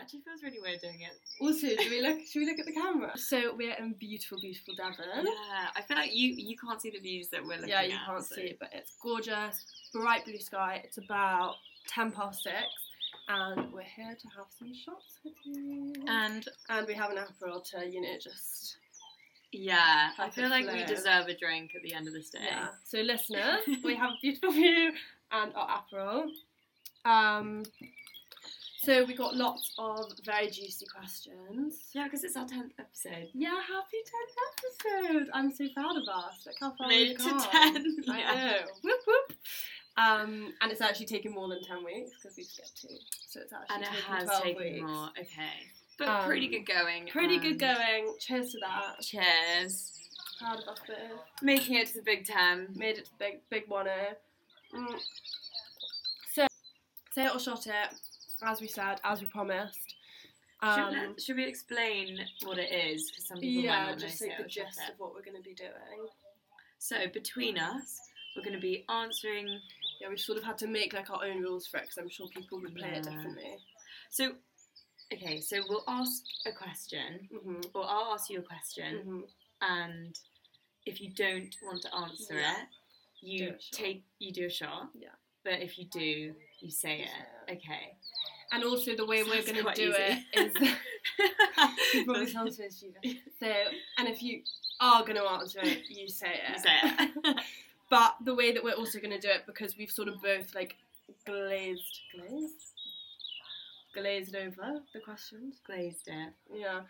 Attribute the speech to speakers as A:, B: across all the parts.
A: actually feels really weird doing it.
B: Also, do we look? Should we look at the camera? So we're in beautiful, beautiful Devon.
A: Yeah, I feel like you you can't see the views that we're looking
B: Yeah,
A: at.
B: you can't
A: so-
B: see it, but it's gorgeous, bright blue sky. It's about ten past six, and we're here to have some shots with you.
A: And
B: and we have an aperol to, you know, just
A: yeah, I
B: Like
A: feel
B: a
A: like we
B: flair.
A: deserve a drink at the end of this day.
B: yeah. So listeners, we have a beautiful view and our aperol. Um, so we got lots of very juicy questions.
A: Yeah, because it's our tenth episode.
B: Yeah, happy 10th episode. I'm so proud of us. Look how far
A: Made
B: we've
A: it to
B: come.
A: ten.
B: Oh I
A: Yeah.
B: know. Whoop whoop. Um, and it's actually taken more than 10 weeks because we skipped two. So it's actually
A: And it
B: taken
A: has
B: 12
A: taken
B: weeks.
A: more. Okay. But
B: Um,
A: pretty good going.
B: Pretty
A: and
B: good going. Cheers to that.
A: Cheers.
B: Proud of us both.
A: Making it to the big ten.
B: Made it to big, big one mm. So, say it or shot it, as we said, as we promised.
A: should,
B: Um,
A: let- should we explain what it is? Because some people might
B: yeah,
A: not know
B: just
A: so
B: like the
A: it'll shock
B: gist
A: it.
B: of what we're going to be doing.
A: So between us, we're going to be answering.
B: Yeah, we've sort of had to make like our own rules for it because I'm sure people would play it
A: Yeah.
B: differently.
A: So, okay, so we'll ask a question,
B: hmm
A: or I'll ask you a question,
B: hmm
A: and if you don't want to answer
B: Yeah.
A: it, you
B: Do a shot.
A: take you do a shot.
B: Yeah.
A: But if you do, you say
B: You
A: it. Okay.
B: And also the way we're
A: Sounds
B: going to
A: quite
B: do
A: easy.
B: it is. It probably sounds so stupid. So, and if you are going to answer it, you say it.
A: You say it.
B: But the way that we're also going to do it, because we've sort of both like glazed, glazed, glazed over the questions.
A: Glazed it.
B: Yeah.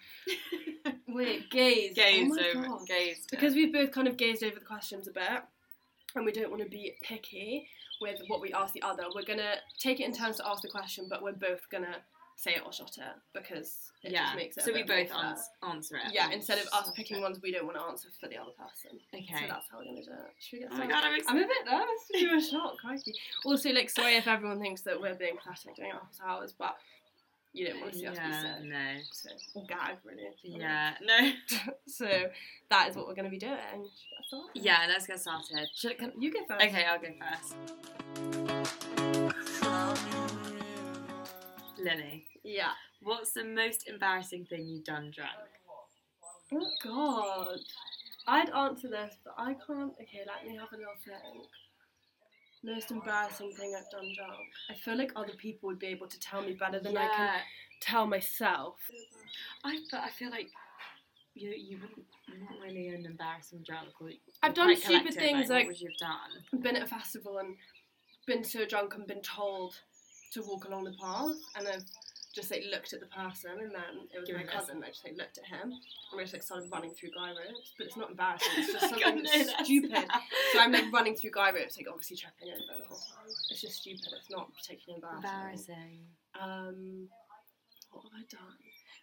B: Wait, gazed.
A: Gazed
B: oh my
A: over.
B: God.
A: Gazed. it.
B: Because we've both kind of gazed over the questions a bit, and we don't want to be picky with what we ask the other. We're gonna take it in turns to ask the question, but we're both gonna say it or shot it because it
A: yeah.
B: just makes it. a
A: so we
B: bit more
A: both
B: fair.
A: ans- answer it. Oh,
B: Yeah, instead of us
A: Shut
B: picking
A: it.
B: ones we don't want to answer for the other person. So
A: Okay.
B: that's how we're gonna do it. Should we get
A: Oh my
B: started?
A: god, I'm
B: I'm
A: excited.
B: a bit nervous to do a shot, crikey. Also, like, sorry if everyone thinks that we're being pathetic doing office hours, but you don't want to see us be
A: yeah,
B: sick.
A: no.
B: So, or gag, really. if you want.
A: Yeah, no.
B: So, that is what we're going to be doing. Should we get started?
A: Yeah, let's get started.
B: Should, can, you go first.
A: Okay, I'll go first. Lily,
B: Yeah.
A: what's the most embarrassing thing you've done drunk?
B: Oh, God. I'd answer this, but I can't. Okay, let me have a little think. Most embarrassing thing I've done drunk. I feel like other people would be able to tell me better than I can tell myself.
A: I, but I feel like you you wouldn't you're not really an embarrassing drunk. or you're
B: I've done
A: quite
B: stupid
A: collected,
B: things
A: what
B: like
A: would you have done?
B: been at a festival and been so drunk and been told to walk along the path and I've just like looked at the person and then it was
A: Given
B: my
A: this.
B: cousin I just like looked at him and we just like started running through guy ropes but it's not embarrassing it's just
A: Like, I
B: something
A: know
B: that's
A: that's-
B: stupid so I'm like running through guy ropes like obviously tripping over the whole time it's just stupid it's not particularly embarrassing
A: embarrassing.
B: um what have I done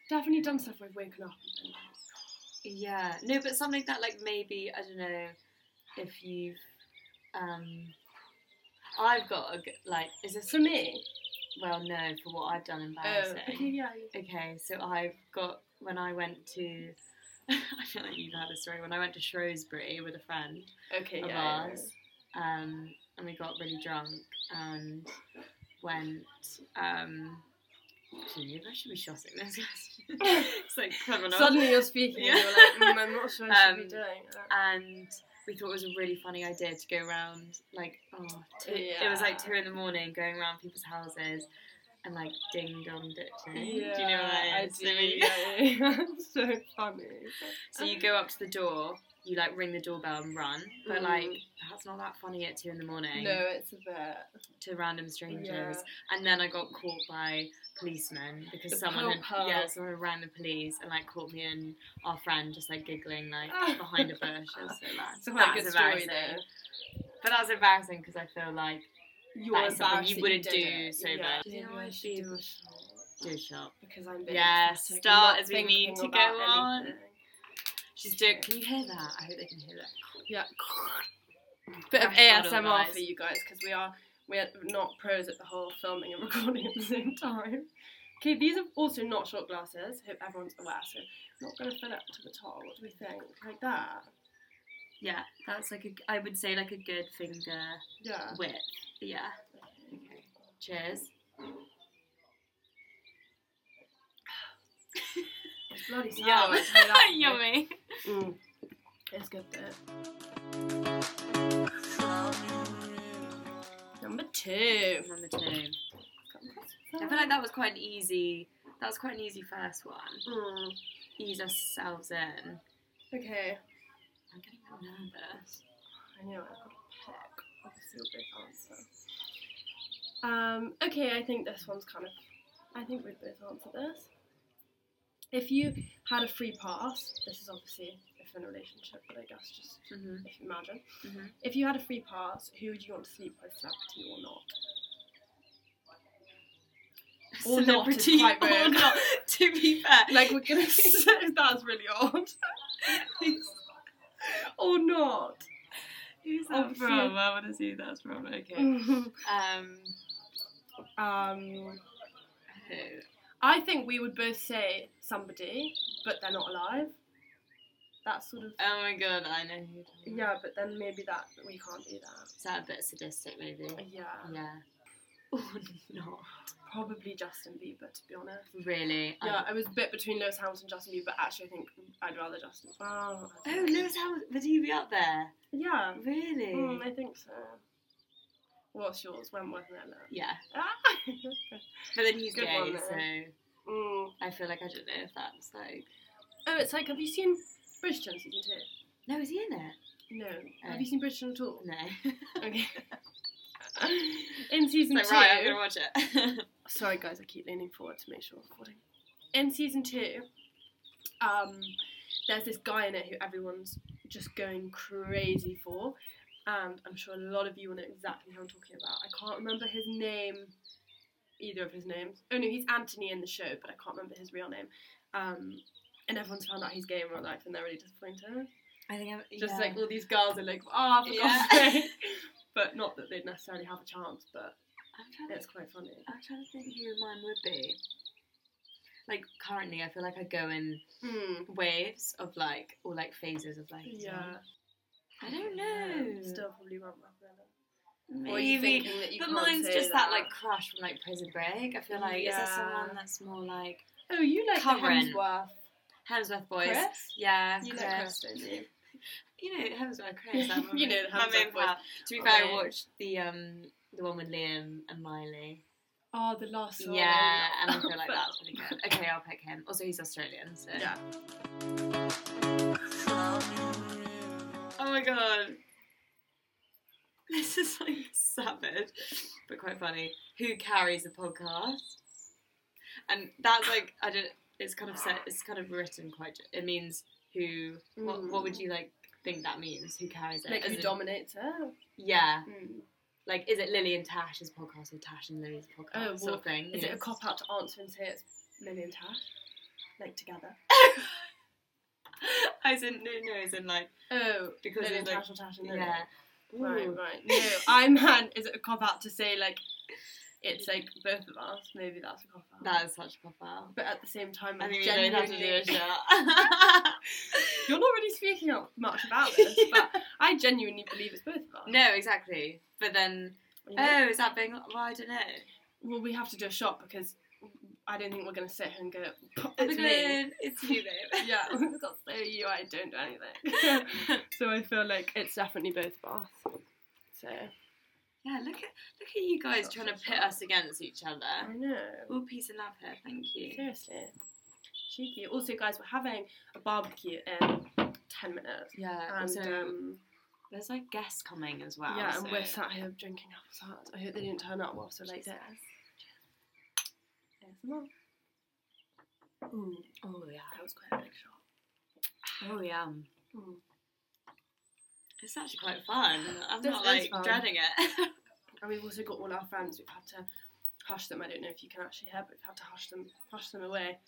B: definitely done stuff where I've woken up and been like
A: Yeah, no, but something that like maybe I don't know if you've um. I've got a g- like. Is this
B: for me
A: Well, no, for what I've done
B: oh
A: embarrassing.
B: okay yeah
A: Okay, so I've got when I went to. I feel like you've had a story. When I went to Shrewsbury with a friend
B: okay
A: of
B: yeah,
A: ours, um, and we got really drunk and went. Um, actually, maybe I should be shotting this question. it's like
B: yeah.
A: criminal.
B: suddenly you're speaking
A: Yeah.
B: and you're like mm, I'm not sure I should be
A: Um,
B: doing that
A: and we thought it was a really funny idea to go around like oh two, it was like
B: Yeah.
A: two in the morning going around people's houses and like ding dong ditching do you know what that is? So, we-
B: yeah, so funny.
A: so
B: Oh.
A: you go up to the door you like ring the doorbell and run but
B: Mm.
A: like that's not that funny at two in the morning
B: No, it's a bit.
A: to random strangers
B: Yeah.
A: and then I got caught by policemen because
B: The
A: someone had,
B: proper-
A: yeah someone rang the police and like caught me and our friend just like giggling like behind a bush it was so bad
B: It's a
A: That
B: quite
A: was
B: good story
A: embarrassing.
B: though.
A: But that was embarrassing because I feel like
B: You're
A: That is something you
B: embarrassed that
A: wouldn't
B: did
A: do
B: it.
A: so
B: yeah.
A: bad.
B: Maybe I should do a shot
A: do shop.
B: because I'm.
A: Yeah,
B: being pathetic,
A: start
B: not
A: as we need
B: thinking
A: to go
B: about
A: on.
B: anything.
A: She's doing. Can you hear that? I hope they can hear that.
B: Yeah. Bit of
A: Crash bottle
B: ASMR for
A: noise.
B: you guys because we are we're not pros at the whole filming and recording at the same time. Okay, these are also not shot glasses. Hope everyone's aware. So I'm not gonna fill it to the top. What do we think? Like that.
A: Yeah, that's like a. I would say like a good finger
B: Yeah.
A: width. Yeah. Cheers.
B: It's bloody sad.
A: Yum.
B: I'll tell you that.
A: Yummy.
B: Mm. It's good though. Number two.
A: Number two. I feel like that was quite an easy. That was quite an easy first one.
B: Mm.
A: Ease ourselves in. I'm
B: Okay.
A: getting a bit nervous.
B: I know I've got a peck. Obviously, a big answer. Um, okay, I think this one's kind of. I think we'd both answer this. If you had a free pass, this is obviously if in a relationship, but I guess just
A: Mm-hmm.
B: if you imagine.
A: Mhm.
B: If you had a free pass, who would you want to sleep with, celebrity or not? Or not is
A: Celebrity
B: quite
A: or
B: weird.
A: not. To be fair,
B: Like, we're gonna. That's really odd. or not.
A: who's
B: that from?
A: Oh, I want to see who that's from. Okay.
B: Mhm.
A: Um.
B: um.
A: Who?
B: I think we would both say somebody, but they're not alive. That sort of.
A: Oh my god, I know who. you're talking about.
B: Yeah, but then maybe that we can't do that.
A: Is that a bit sadistic, maybe?
B: Yeah,
A: Yeah. Oh, not
B: probably Justin Bieber to be honest.
A: really.
B: Yeah, I was a bit between Lewis Hamilton and Justin Bieber. Actually, I think I'd rather Justin. Wow.
A: I- oh, Lewis Hamilton. Was he up there?
B: Yeah,
A: Really?
B: mm, I think so. What's yours? Wentworth Miller.
A: Yeah.
B: Ah!
A: But then he's
B: Good
A: gay,
B: one,
A: so
B: though. Mm.
A: I feel like I don't know if that's like.
B: Oh, it's like, have you seen Bridgerton season two?
A: No, is he in it?
B: No.
A: Oh.
B: Have you seen Bridgerton at all?
A: No.
B: Okay. In season
A: so
B: two,
A: right, I'm gonna watch it.
B: Sorry, guys, I keep leaning forward to make sure I'm recording. In season two, um, there's this guy in it who everyone's just going crazy for, and I'm sure a lot of you will know exactly who I'm talking about. I can't remember his name, either of his names. Oh no, he's Anthony in the show, but I can't remember his real name. Um, and everyone's found out he's gay in real life, and they're really disappointed.
A: I think I'm
B: Just
A: yeah.
B: like all these girls are like, ah, for
A: Yeah.
B: God's sake. But not that they'd necessarily have a chance, but
A: I'm trying,
B: it's
A: to,
B: quite funny.
A: I'm trying to think who mine would be. Like currently, I feel like I go in
B: Hmm.
A: waves of like or like phases of like.
B: Yeah.
A: I don't know.
B: Still probably won't rock
A: Maybe.
B: Or are you thinking that you
A: but
B: can't
A: mine's
B: say
A: just that. like crush from like Prison Break. I feel like is there someone
B: Yeah.
A: that's more like
B: oh, you like the
A: current
B: Hemsworth,
A: Hemsworth boys?
B: Chris?
A: Yeah,
B: You
A: Chris.
B: like Chris, don't you?
A: You know Hemsworth Chris. that one.
B: You know the
A: My main
B: Hemsworth boys.
A: pal. To be
B: Oh,
A: fair, I
B: yeah.
A: watched the um the one with Liam and Miley.
B: Oh, the last one.
A: Yeah, and I feel like that's really good. Okay, I'll pick him. Also, he's Australian, so.
B: Yeah.
A: Oh my god. This is like savage, but quite funny. Who carries the podcast? And that's like I don't. It's kind of set. It's kind of written quite. ju- It means who. What, what would you like think that means? Hmm. Who carries it?
B: Like
A: As
B: who
A: in-
B: dominates her?
A: Yeah.
B: Mm.
A: Like, is it Lily and Tash's podcast or Tash and Lily's podcast?
B: Oh, well,
A: sort of thing.
B: Is
A: you
B: it a
A: know?
B: cop out to answer and say it's Lily and Tash? Like together?
A: As in, no, no, as in like
B: Oh,
A: because
B: Lily and
A: it's like,
B: Tash or Tash and Lily.
A: yeah.
B: Right,
A: Ooh.
B: right. No, I meant, is it a cop out to say like it's like both of us? Maybe that's a cop out.
A: That is such a pop out.
B: But at the same time,
A: I
B: I'm
A: think we don't have to do
B: genuinely-
A: a shot.
B: You're not really speaking out much about this, but I genuinely believe it's both of us.
A: no, exactly. But then,
B: You know?
A: oh, is that being? Well, I don't know.
B: Well, we have to do a shot because I don't think we're going to sit here and go, "Pff,
A: Oh my
B: it's me.
A: God, It's you, babe.
B: Yeah, that's so you, I don't do anything. so I feel like it's definitely both of us. So,
A: yeah, look at look at you guys
B: Shot,
A: trying to
B: shot,
A: pit
B: shot.
A: us against each
B: I
A: other.
B: know.
A: All peace and love here. Thank you.
B: Seriously. Cheeky. Also, guys, we're having a barbecue in 10 minutes.
A: Yeah.
B: And,
A: Also,
B: um,
A: there's like guests coming as well.
B: yeah,
A: so-
B: and we're sat here drinking apple tarts. I hope they didn't turn up whilst we're like this. There's more. Ooh.
A: Oh yeah.
B: Mm, That was quite a big shot.
A: Oh yeah.
B: Mm.
A: It's actually quite fun. I'm
B: This
A: not
B: is
A: like
B: fun.
A: dreading it.
B: And we've also got all our friends. We've had to hush them. I don't know if you can actually hear, but we've had to hush them, hush them away.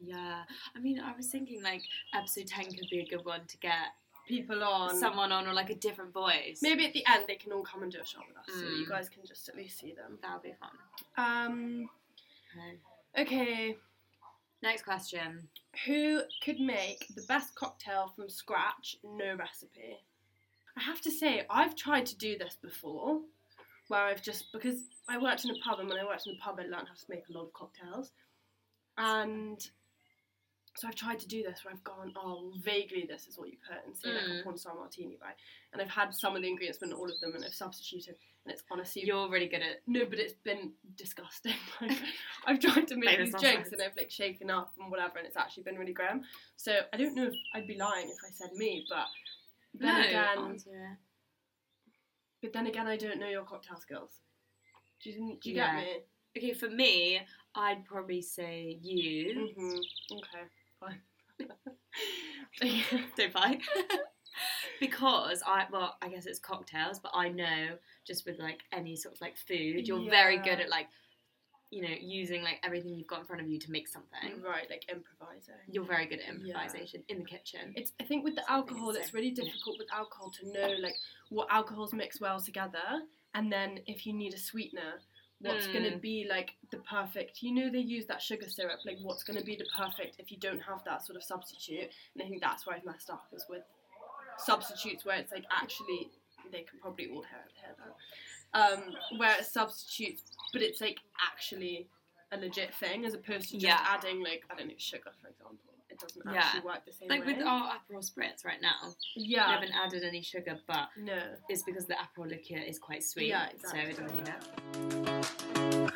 A: yeah. I mean, I was thinking like episode ten could be a good one to get
B: People on.
A: someone on or like a different voice.
B: Maybe at the end they can all come and do a shot with us, so
A: Mm.
B: you guys can just at least see them.
A: That'll be fun.
B: Um.
A: Okay.
B: Okay.
A: Next question.
B: Who could make the best cocktail from scratch, no recipe? I have to say, I've tried to do this before, where I've just because I worked in a pub, and when I worked in a pub, I learned how to make a lot of cocktails, and So I've tried to do this where I've gone, oh, well, vaguely this is what you put, and say like
A: Mm.
B: a porn star martini, right? And I've had some of the ingredients, but not all of them, and I've substituted, and it's honestly
A: You're really good at.
B: no, but it's been disgusting. Like, I've tried to make
A: Famous
B: these
A: last
B: drinks
A: words.
B: and I've like shaken up and whatever, and it's actually been really grim. So I don't know if I'd be lying if I said me, but then
A: no,
B: again,
A: aren't you?
B: but then again, I don't know your cocktail skills. Do you, do you
A: Yeah.
B: get me?
A: Okay, for me, I'd probably say you.
B: Mm-hmm. Okay, fine.
A: Don't fight. because I, well, I guess it's cocktails, but I know just with like any sort of like food, you're very good
B: Yeah.
A: at like, you know, using like everything you've got in front of you to make something.
B: right, like improvising.
A: You're very good at
B: Mm. Yeah.
A: improvisation in the kitchen.
B: It's I think with the
A: Something
B: alcohol,
A: is
B: it's really
A: different,
B: difficult with alcohol to know like what alcohols mix well together, and then if you need a sweetener, what's going to
A: Mm.
B: be like the perfect. You know they use that sugar syrup. Like what's going to be the perfect if you don't have that sort of substitute. And I think that's where I've messed up is with substitutes where it's like actually they can probably all hear, hear that. Um, where it's substitutes, but it's like actually a legit thing as opposed to just
A: Yeah.
B: adding like I don't know sugar for example. It doesn't
A: Yeah.
B: actually work the same
A: Like
B: way.
A: with our Aperol spritz right now, I
B: yeah.
A: haven't added any sugar, but
B: No.
A: it's because the Aperol liqueur is quite sweet,
B: Yeah,
A: so
B: exactly.
A: it doesn't need it.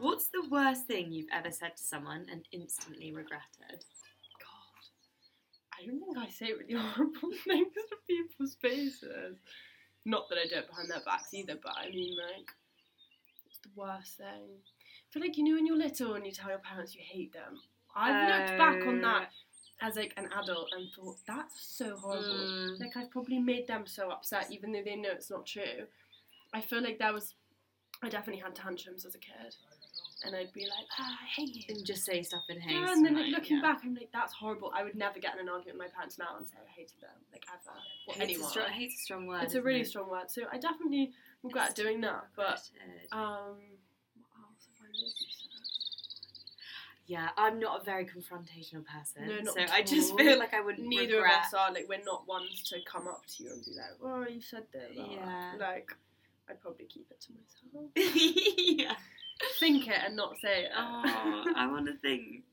A: What's the worst thing you've ever said to someone and instantly regretted?
B: God. I don't think I say really horrible things to people's faces. Not that I do it behind their backs either, but I mean, like, it's the worst thing. I feel like you know when you're little and you tell your parents you hate them. I've looked back on that as like an adult and thought that's so horrible.
A: Mm,
B: Like I've probably made them so upset, even though they know it's not true. I feel like there was, I definitely had tantrums as a kid, and I'd be like, ah, I hate you.
A: and just say stuff in haste.
B: Yeah, and then
A: like,
B: like, looking
A: yeah.
B: back, I'm like, that's horrible. I would never get in an argument with my parents now and say I hated them, like ever. Or
A: Hate's a
B: anyone.
A: strong, hate's a strong word.
B: it's a
A: isn't
B: really
A: it?
B: strong word. So I definitely regret doing that. But
A: Regretted.
B: um, what else have I really said?
A: yeah, I'm not a very confrontational person,
B: No, not
A: so
B: at
A: I just
B: all.
A: feel like I wouldn't
B: Neither
A: regret.
B: of us are like we're not ones to come up to you and be like, "Oh, you said that." blah, blah, blah."
A: Yeah.
B: Like, I'd probably keep it to myself.
A: yeah.
B: Think it and not say it.
A: Oh, I want to think.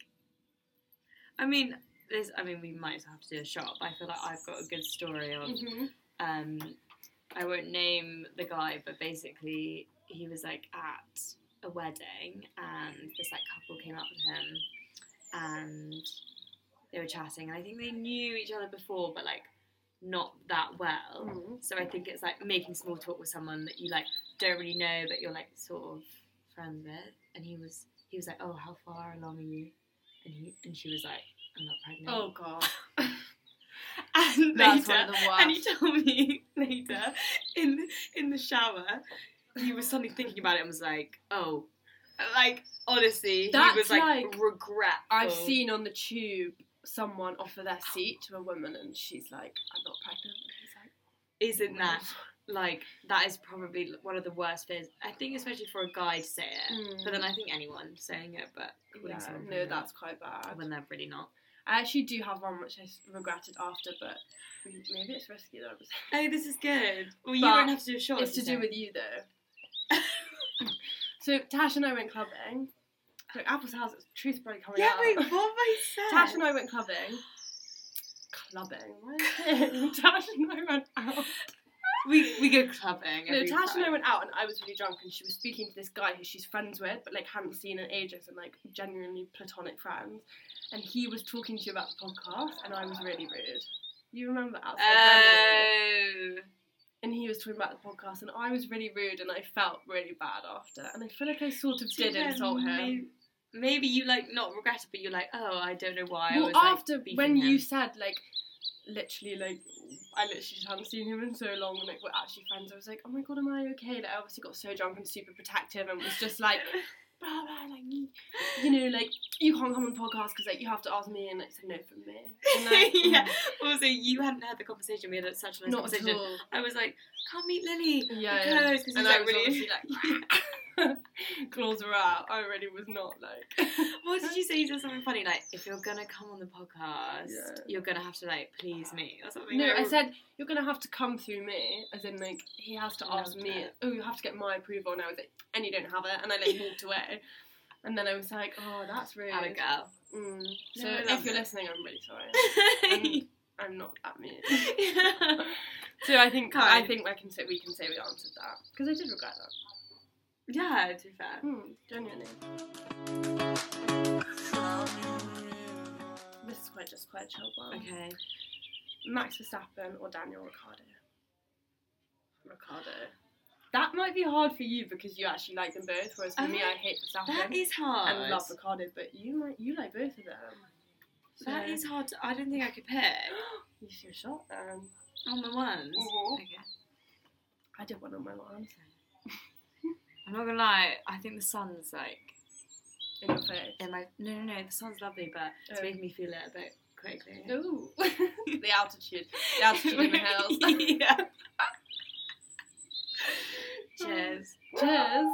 A: I mean, there's. I mean, we might have to do a shot. But I feel like I've got a good story of.
B: Mhm.
A: Um, I won't name the guy, but basically, he was like at a wedding, and this like couple came up to him, and they were chatting, and I think they knew each other before, but like not that well.
B: Mhm.
A: So I think it's like making small talk with someone that you like don't really know, but you're like sort of friends with. And he was he was like, "Oh, how far along are you?" And he and she was like, "I'm not pregnant."
B: Oh god,
A: and
B: that's one
A: later,
B: of the worst.
A: and he told me later in in the shower, he was suddenly thinking about it and was like, "Oh, like honestly,
B: That's
A: he was like,
B: like-
A: regret."
B: I've seen on the tube someone offer their seat to a woman and she's like, I'm not pregnant. And he's like,
A: Isn't that like that is probably one of the worst fears? I think especially for a guy to say it. But then I think anyone saying it, but calling
B: Mm. yeah,
A: someone
B: no,
A: pregnant
B: that's quite bad.
A: when they're really not.
B: I actually do have one which I s- regretted after, but maybe it's risky that I was.
A: Oh, this is good. Well, you
B: But
A: won't have to do a short.
B: it's to do with you though. so Tash and I went clubbing. So Apple's house, it's truth probably coming
A: yeah.
B: out.
A: Wait, what have I
B: Tash
A: said?
B: and I went clubbing. Clubbing. Why- Tash and I went out.
A: we we go clubbing.
B: No,
A: every
B: Tash and I
A: Friday.
B: went out and I was really drunk and she was speaking to this guy who she's friends with but like hadn't seen in ages and like genuinely platonic friends. And he was talking to you about the podcast and I was really rude. You remember outside
A: Oh.
B: Granny? And he was talking about the podcast and I was really rude and I felt really bad after. And I feel like I sort of did
A: Yeah,
B: insult him.
A: may- Maybe you like not regret it, but you're like, oh, I don't know why. I
B: well,
A: was, like,
B: after
A: beefing
B: when you
A: him.
B: said like literally like I literally just hadn't seen him in so long and like we're actually friends, I was like, oh my god, am I okay? Like I obviously got so drunk and super protective and was just like blah blah like you, you know like you can't come on the podcast because like you have to ask me and like say no from me. And, like, mm,
A: yeah. Also, you hadn't had the conversation. We had such a nice
B: not at
A: conversation.
B: all.
A: I was like, come meet Lily.
B: Yeah,
A: Because
B: yeah.
A: he's
B: And
A: like
B: I was
A: really.
B: obviously like claws are out. I really was not like
A: What did you say? You said something funny like, if you're gonna come on the podcast,
B: Yeah.
A: you're gonna have to like please me or something.
B: No,
A: Like,
B: I said you're gonna have to come through me, as in like he has to ask
A: Loved
B: me.
A: it.
B: Oh, you have to get my approval, and I was like, and you don't have it, and I like walked away. And then I was like, oh, that's rude.
A: Had a girl.
B: Mm. So
A: No, I
B: if
A: love
B: you're
A: it.
B: listening, I'm really sorry. I'm, I'm not that mean.
A: Yeah.
B: So I think I
A: Kind.
B: think I can say we can say we answered that because I did regret that.
A: yeah, to be fair.
B: Mm, genuinely. This is quite just quite a chill one.
A: Okay.
B: Max Verstappen or Daniel Ricciardo? Ricciardo. That might be hard for you because you actually like them both, whereas for me, I hate
A: That
B: Verstappen
A: is hard.
B: and love Ricciardo. But you might you like both of them.
A: That is hard. To, I don't think I could pick.
B: You should have shot them.
A: On the ones.
B: Mhm.
A: Okay.
B: I did one on my arms
A: I'm not gonna lie. I think the sun's like
B: in your face.
A: in my. No, no, no. The sun's lovely, but it's
B: Oh.
A: making me feel it a bit quickly.
B: Um, Ooh, the altitude, the altitude in the Oh. hills.
A: yeah. Cheers.
B: Cheers.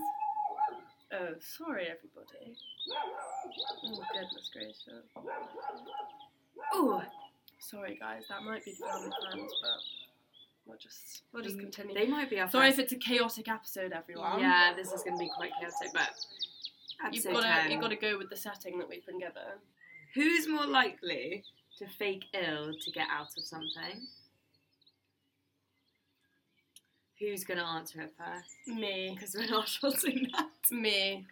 B: Oh, sorry, everybody. Oh, goodness gracious.
A: Ooh,
B: Sorry, guys, that might be the family plans, but we'll just, we'll just continue.
A: Mm, They might be our
B: Sorry if
A: first-
B: it's a chaotic episode, everyone.
A: Yeah, this is gonna be quite chaotic, but I'd
B: You've
A: say
B: got
A: 10.
B: to you've got to go with the setting that we've been given.
A: Who's more likely to fake ill to get out of something? Who's gonna answer it first?
B: Me,
A: Because we're not shouting that.
B: me.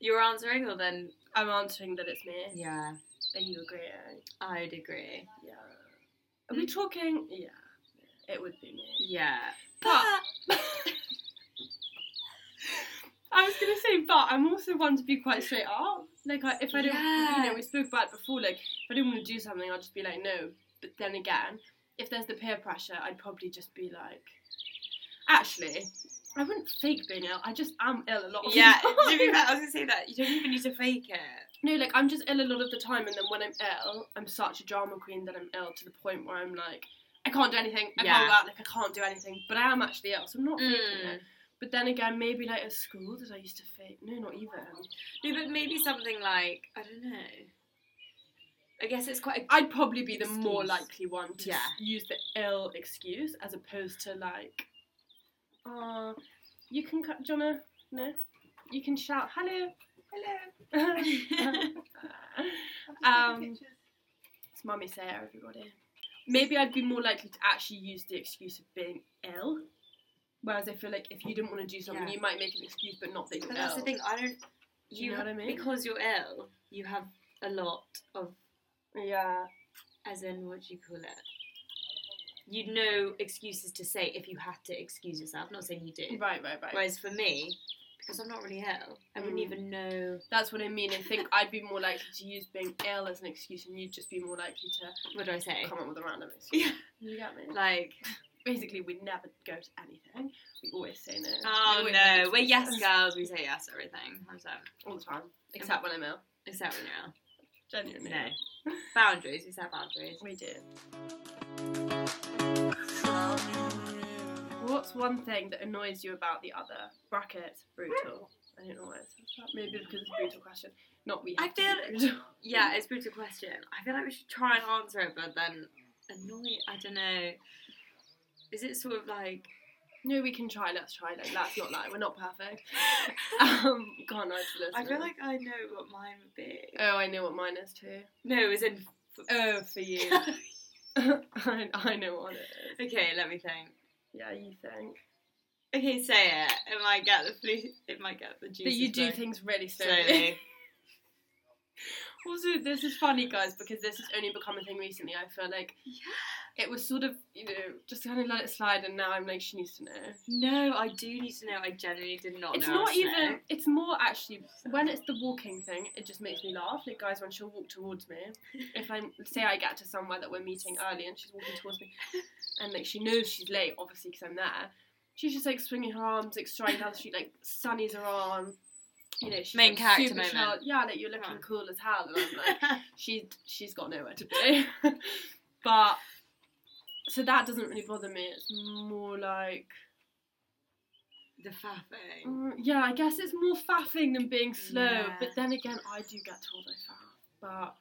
A: You're answering, or then?
B: I'm answering that it's me.
A: Yeah,
B: Are you agreeing?
A: I'd agree.
B: Yeah. Are we talking? Yeah. It would be me.
A: Yeah,
B: But- I was gonna say, but I'm also one to be quite straight up. Like, I, if I don't, you know, we spoke about it before. Like, if I don't want to do something, I'll just be like, no. But then again, if there's the peer pressure, I'd probably just be like, actually, I wouldn't fake being ill. I just am ill a lot. Of
A: yeah.
B: the
A: To be
B: time.
A: fair, I was gonna say that you don't even need to fake it.
B: No, like I'm just ill a lot of the time, and then when I'm ill, I'm such a drama queen that I'm ill to the point where I'm like, I can't do anything. I
A: Yeah.
B: can't go out. Like, I can't do anything. But I am actually ill, so I'm not faking
A: Mm.
B: it. But then again, maybe like at school, did I used to fake? No, not even.
A: No, but maybe something like I don't know. I guess it's quite. A,
B: I'd probably be the more
A: Excuse.
B: likely one to
A: Yeah.
B: s- use the ill excuse as opposed to like, uh, you can cut, Jonna, no, you can shout hello. um, it's mummy Sarah, everybody. Maybe I'd be more likely to actually use the excuse of being ill. Whereas I feel like if you didn't want to do something,
A: Yeah.
B: you might make an excuse, but not that you're
A: But that's the
B: ill.
A: thing. I don't.
B: Do you know
A: ha-
B: what I mean?
A: Because you're ill, you have a lot of,
B: Yeah.
A: as in, what do you call it? You know excuses to say if you had to excuse yourself. not saying you do.
B: Right, right, right.
A: Whereas for me, because I'm not really ill, I wouldn't
B: Mm.
A: even know.
B: That's what I mean. I think I'd be more likely to use being ill as an excuse, and you'd just be more likely to
A: What do I say?
B: come up with a random excuse.
A: Yeah.
B: You get me?
A: Like,
B: Basically, we never go to anything. We always say no.
A: oh
B: We always make
A: no, we're yes
B: excuses.
A: girls. We say yes to everything. How's that?
B: all the time, except when I'm ill.
A: Except when you're ill.
B: Genuinely,
A: No. boundaries. We set boundaries.
B: we do. What's one thing that annoys you about the other? Brackets brutal. I don't know why I said that. Maybe because it's a brutal question. Not we.
A: I
B: Have to
A: feel-
B: be brutal.
A: Yeah, it's a brutal question. I feel like we should try and answer it, but then annoy. I don't know. Is it sort of like
B: No, we can try. Let's try. Like, let's not lie. We're not perfect. Um, can't lie to this.
A: I feel like I know what mine would be.
B: Oh, I know what mine is too.
A: No, as in.
B: Oh, for you. I, I know what it is.
A: Okay, let me think.
B: Yeah, you think.
A: Okay, say it. It might get the flu. It might get the juice.
B: But you do things really slowly.
A: slowly.
B: also, this is funny, guys, because this has only become a thing recently. I feel like
A: yeah.
B: it was sort of, you know, just kind of let it slide, and now I'm like, she needs to know.
A: No, I do need to know. I genuinely did not
B: it's
A: know.
B: not
A: I was
B: even.
A: there.
B: It's more actually when it's the walking thing. It just makes me laugh. Like guys, when she'll walk towards me, if I say I get to somewhere that we're meeting early and she's walking towards me, and like she knows she's late, obviously because I'm there. She's just like swinging her arms, like striding down the street, like sunnies her arm. You know, she's
A: Main
B: like,
A: character
B: super
A: moment.
B: chill. Yeah, like you're looking
A: Huh.
B: cool as hell, and I'm like, she's she's got nowhere to be. but so that doesn't really bother me. It's more like
A: the faffing.
B: Mm, yeah, I guess it's more faffing than being slow.
A: Yeah.
B: But then again, I do get told I faff. But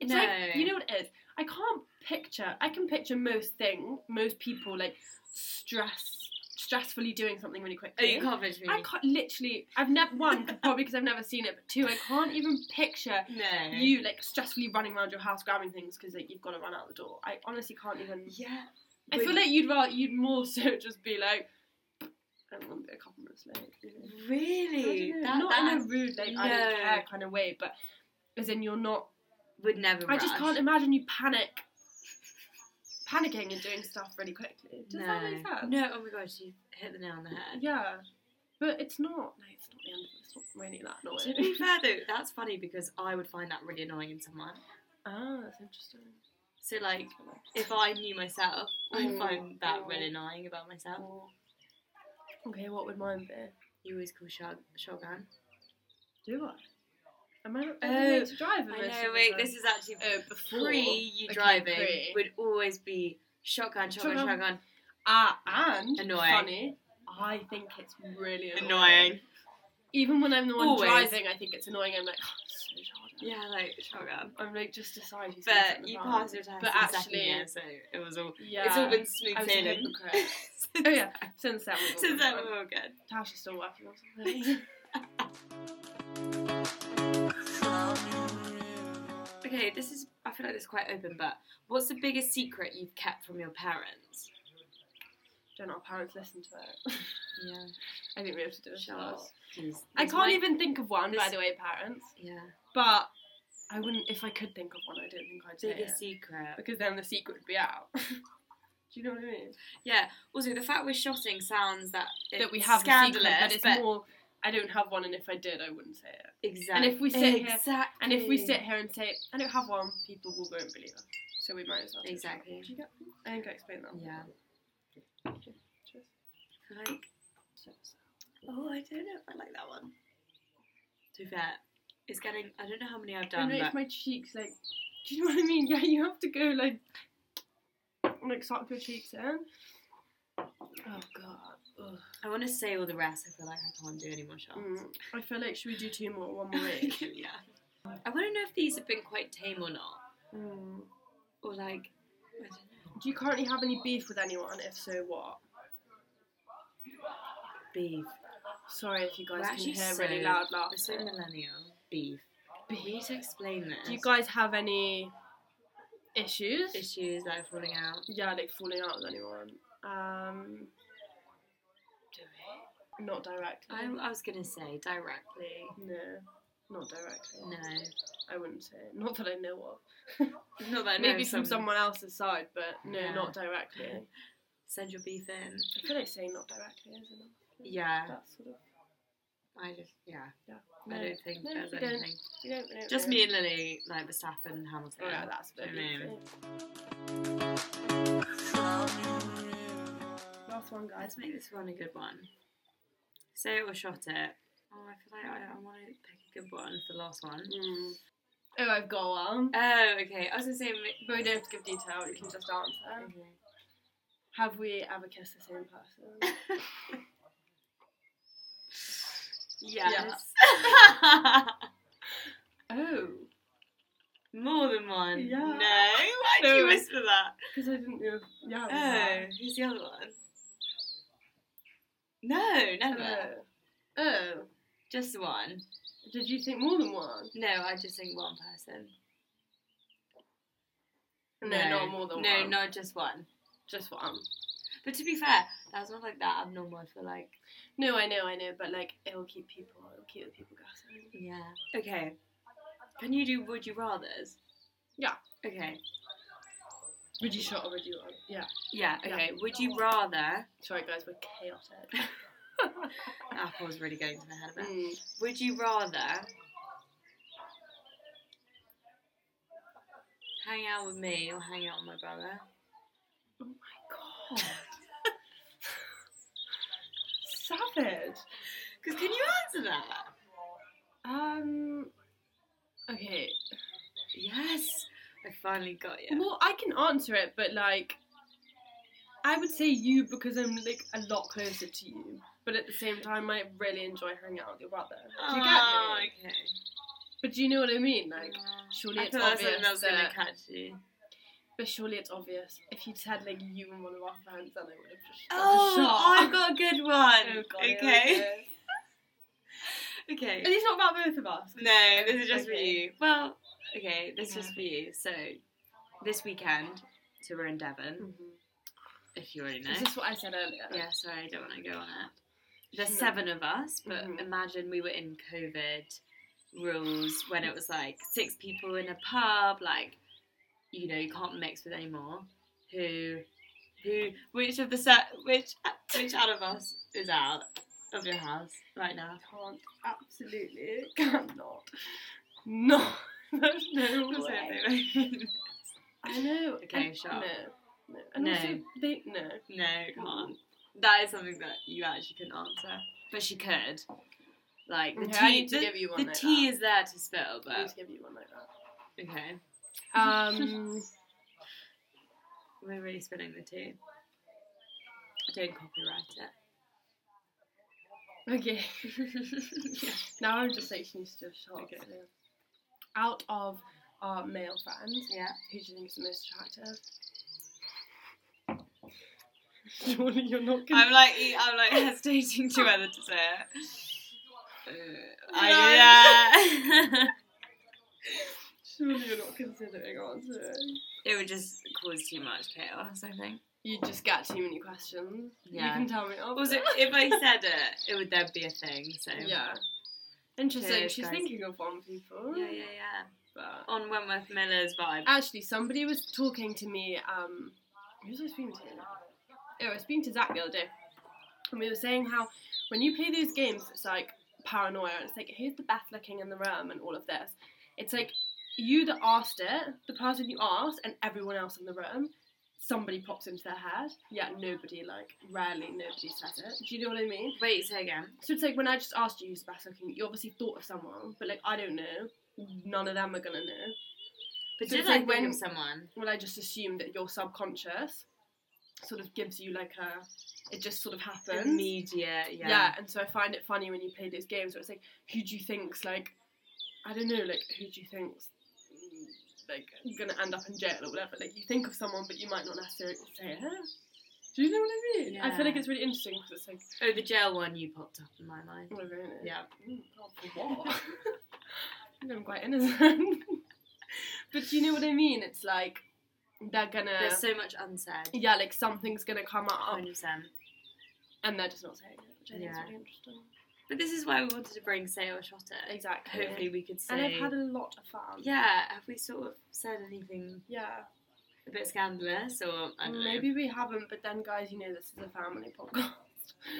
B: it's
A: No.
B: like you know what it is. I can't picture. I can picture most thing, most people like stress, stressfully doing something really
A: Oh,
B: quickly.
A: you can't picture
B: I
A: me.
B: can't literally. I've never one probably because I've never seen it, but two I can't even picture
A: No.
B: you like stressfully running around your house grabbing things because like you've got to run out the door. I honestly can't even.
A: Yeah.
B: I feel like you'd rather you'd more so just be like, I don't want to be a couple minutes late. you know.
A: Really?
B: I don't know,
A: That,
B: not
A: that
B: in a rude like I don't
A: No.
B: care kind of way, but as in you're not.
A: would never.
B: I just
A: rush.
B: can't imagine you panic, panicking and doing stuff really quickly. Does
A: no.
B: that make sense?
A: No. Oh my gosh, you hit the nail on the head.
B: Yeah, but it's not. No, it's not the end. Of it. It's not really that
A: To be
B: annoying.
A: fair though, that's funny because I would find that really annoying in someone.
B: ah, that's interesting.
A: So like, if I knew myself, I
B: Mm.
A: find that
B: Mm.
A: really annoying about myself.
B: Okay, what would mine be?
A: You always call Shog- Shogun.
B: Do I? Am I not
A: Oh,
B: oh, to drive?
A: I know. Wait, this is actually
B: oh, before
A: pre you
B: Okay,
A: driving
B: pre.
A: would always be shotgun, shotgun,
B: Shotgun.
A: shotgun.
B: ah and
A: Annoying.
B: Funny. I think it's really annoying.
A: Annoying.
B: Even when I'm the one
A: Always.
B: driving, I think it's annoying. I'm like, oh, it's so hard.
A: Yeah, like shotgun.
B: I'm like, just decide. who's gonna sit
A: But
B: in the
A: you
B: van.
A: passed your test
B: But
A: in second
B: actually-
A: year, so it was all.
B: Yeah.
A: It's all been smooth
B: I was a
A: sailing.
B: hypocrite. Oh yeah. Since then, we've all
A: Since then
B: gone.
A: we're all good.
B: Tasha's still working on something.
A: Okay, this is. I feel like this is quite open, but what's the biggest secret you've kept from your parents?
B: Don't our parents listen to it?
A: Yeah,
B: I think we have to do a
A: show
B: shout.
A: us. Please.
B: I
A: This
B: can't
A: might-
B: even think of one, by
A: this-
B: the way, parents.
A: Yeah.
B: But I wouldn't, if I could think of one, I don't think I'd say it.
A: Biggest secret.
B: Because then the secret would be out. do you know what I mean?
A: Yeah. Also, the fact we're shotting sounds that
B: that we
A: it's
B: have
A: scandalous,
B: a secret, but it's
A: but
B: more, I don't have one, and if I did, I wouldn't say it.
A: exactly.
B: and if we sit here-
A: exactly.
B: And if we sit here and say, I don't have one, people will, won't believe us. So we might as well. do it.
A: Exactly.
B: Do you get I think I explained that.
A: Yeah.
B: Cheers.
A: Like, oh, I don't know if I like that one. To be fair, it's getting. I don't know how many I've
B: I
A: done,
B: know it's
A: but
B: my cheeks, like, do you know what I mean? Yeah, you have to go, like, like, suck your cheeks in. Oh, God. Ugh.
A: I want to say all the rest. I feel like I can't do any more shots.
B: Mm, I feel like should we do two more, one more each?
A: yeah. I want to know if these have been quite tame or not,
B: Mm.
A: or like, I don't know,
B: Do you currently have any beef with anyone? If so, what?
A: beef.
B: Sorry if you
A: We're
B: guys can
A: actually
B: hear really
A: so-
B: loud
A: We're so
B: laughter.
A: millennial. Beef. We need to explain this.
B: Do you guys have any issues?
A: issues that are falling out?
B: yeah, like falling out with anyone. Um,
A: Do
B: not directly.
A: I, I was gonna say directly.
B: no, not directly.
A: No,
B: I wouldn't say. Not that I know of.
A: not that. I know
B: Maybe
A: of
B: from
A: someone.
B: someone else's side, but no,
A: Yeah.
B: not directly.
A: Send your beef in.
B: I feel like saying not directly is enough.
A: Yeah,
B: That's sort of.
A: I just yeah.
B: No,
A: I don't think
B: no,
A: there's
B: we don't.
A: anything.
B: you don't, we don't
A: Just
B: really-
A: me and Lily, like Verstappen and Hamilton.
B: Oh, yeah, that's a bit
A: Do you know what I
B: beefy. Last one, guys.
A: Let's make this one a good one. Say it or shot it. Oh, I feel like I, I want to pick a good one for the last one.
B: Oh, I've got one.
A: Oh, okay. I was gonna say. ma-
B: But we don't have to give detail, you can just answer. Have we ever kissed the same person?
A: Yes.
B: oh.
A: More than one.
B: Yeah.
A: No. Why did you
B: No.
A: whisper that?
B: Because I didn't know. Yeah.
A: Oh, who's the other one? No,
B: we
A: never.
B: have. Oh. oh.
A: Just one.
B: Did you think more than one?
A: No, I just think one person.
B: not more than
A: no,
B: one.
A: No, not just one.
B: Just one.
A: But to be fair, that's not like that abnormal. I feel like.
B: No, I know, I know, but like, it'll keep people, it'll keep the people guessing.
A: Yeah. Okay. Can you do would you rather's?
B: Yeah.
A: Okay.
B: Would you shot or would you on? Yeah.
A: Yeah. Okay. Would you rather?
B: Sorry, guys, we're chaotic.
A: Apple's really going to the head of it.
B: Mm.
A: Would you rather hang out with me or hang out with my brother?
B: God. Savage.
A: Because can you answer that?
B: Um. Okay.
A: Yes. I finally got you.
B: Well, I can answer it, but like, I would say you because I'm like a lot closer to you. But at the same time, I really enjoy hanging out with your brother. Do you get
A: Oh,
B: me?
A: okay.
B: But do you know what Ah, I mean? Like, surely
A: I
B: it's
A: thought that's
B: obvious
A: something that was going
B: that-
A: to catch you.
B: But surely it's obvious. If you'd said like you and one of our friends, then I would have just
A: Oh,
B: shot.
A: I've got a good one.
B: Oh, God, here we
A: okay.
B: go.
A: Okay.
B: At least not about both of us.
A: No, this is just for
B: Okay.
A: you. Well, okay, this is
B: Okay.
A: for you. So, this weekend, so we're in Devon, if you already know.
B: Is this what I said earlier?
A: Mm-hmm. Yeah, sorry, I don't want to go on it. There's
B: No.
A: seven of us, but
B: Mhm.
A: imagine we were in COVID rules when it was like six people in a pub, like, you know, you can't mix with anymore. Who, who, which of the set, which, which out of us is out of your house right now?
B: Can't absolutely cannot. No, there's no way. I know.
A: Okay,
B: and-
A: shut up.
B: No, no, and
A: No.
B: also they no.
A: No, can't. That is something that you actually couldn't answer, but she could. Like the
B: Okay,
A: tea,
B: I need to
A: the,
B: give you one
A: the
B: like
A: tea
B: that.
A: is there to spill,
B: I need
A: but
B: to give you one like that.
A: okay,
B: Um,
A: we're really spilling the tea. Don't copyright
B: okay.
A: it. yeah.
B: Now I'm just like she needs to do a shot.
A: Okay.
B: so. Out of our male friends,
A: yeah,
B: who do you think is the most attractive? Surely you're not gonna.
A: I'm like e, I'm like hesitating to whether to say it. Uh, I,
B: No.
A: yeah,
B: Surely you're not considering answering.
A: it would just cause too much chaos. I think.
B: You just get too many questions.
A: Yeah.
B: You can tell me. after.
A: Also, if I said it, it would then be a thing. So
B: Yeah. Interesting.
A: Cheers,
B: She's
A: guys.
B: thinking of one people.
A: yeah, yeah, yeah.
B: But
A: On Wentworth Miller's vibe.
B: actually, somebody was talking to me. Um, who was I speaking to? Oh, I was speaking to Zach the other day, and we were saying how when you play those games, it's like paranoia. It's like who's the best looking in the room and all of this. It's like you that asked it, the person you asked, and everyone else in the room. Somebody pops into their head, yet nobody like rarely nobody says it. Do you know what I mean?
A: Wait, say again.
B: So it's like when I just asked you who's the best looking, you obviously thought of someone, but like I don't know. None of them are gonna know.
A: But
B: So
A: did
B: it's
A: I
B: like
A: think
B: when-
A: of someone?
B: Well, I just assume that your subconscious sort of gives you like a. It just sort of happens.
A: Media, yeah.
B: yeah. and so I find it funny when you play those games where it's like, who do you think's like, I don't know, like who do you think's mm, like gonna end up in jail or whatever? Like you think of someone, but you might not necessarily say it. Do you know what I mean? I feel like
A: Yeah.
B: it's really interesting because it's like,
A: Oh, the jail one you popped up in my mind.
B: oh, really?
A: Yeah.
B: Mm, God, for what? I'm quite innocent. but you know what I mean? It's like they're gonna
A: There's so much unsaid.
B: yeah, like something's gonna come up,
A: 100%.
B: and they're just not saying it, which I think
A: Yeah.
B: is really interesting.
A: But this is why we wanted to bring Say or Shot It.
B: Exactly.
A: Hopefully we could say.
B: and I've had a lot of fun.
A: yeah, have we sort of said anything
B: Yeah.
A: a bit scandalous or I don't know?
B: Maybe we haven't, but then guys, you know this is a family podcast.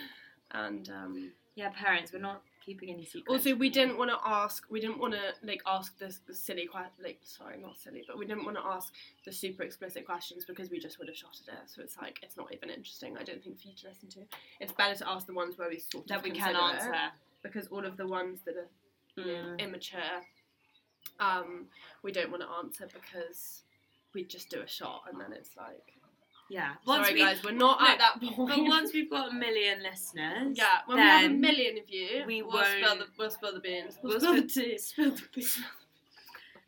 B: And um,
A: Yeah, parents, we're not keeping any secrets.
B: also, we
A: from you.
B: didn't want to ask. We didn't want to like ask this silly question. Like, sorry, not silly, but we didn't want to ask the super explicit questions because we just would have shot at it. So it's like it's not even interesting. I don't think for you to listen to. It's better to ask the ones where we sort of
A: That we can
B: consider it,
A: answer.
B: because all of the ones that are you know,
A: Mm.
B: immature, um, we don't want to answer because we just do a shot and then it's like,
A: Yeah. Once
B: sorry
A: we,
B: guys, we're not
A: no,
B: at that point.
A: But once we've got a million listeners.
B: yeah, when we have a
A: then
B: million of you,
A: we
B: will spill
A: won't-
B: the we'll spill the beans.
A: We'll
B: the tea. Spill the beans.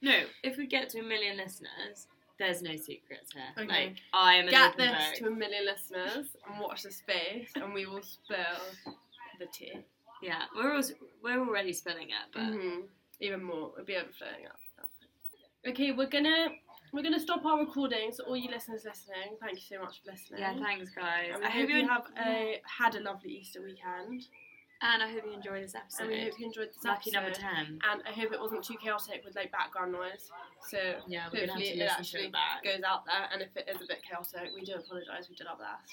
A: No, if we get to a million listeners, there's no secrets here.
B: Okay.
A: Like I am an
B: Get
A: open
B: this
A: book.
B: to a million listeners and watch the space, and we will spill the tea.
A: Yeah, we're also, we're already spilling it, but
B: Mhm. Even more, it'll be overflowing up. Okay, we're gonna we're gonna stop our recording. So all you listeners listening, thank you so much for listening.
A: yeah, thanks guys.
B: And we
A: I hope you,
B: have a had a lovely Easter weekend,
A: and I hope you enjoy this
B: and
A: episode.
B: we hope you enjoyed this
A: Lucky
B: episode.
A: number ten.
B: And I hope it wasn't too chaotic with like background noise. So it
A: Yeah, we're gonna have
B: hopefully
A: to
B: it
A: listen to
B: actually
A: it back.
B: goes out there, and if it is a bit chaotic, we do apologise. We did our best,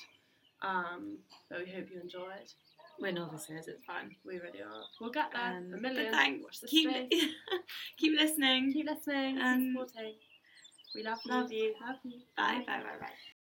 B: um, but we hope you enjoyed.
A: We're novices, it's fine.
B: We really are. We'll get there.
A: Um,
B: a
A: but
B: million. Watch
A: thanks.
B: this
A: Keep
B: space.
A: keep listening.
B: Keep listening.
A: Um,
B: keep supporting. We love you.
A: Love you.
B: Love you.
A: Bye bye bye bye.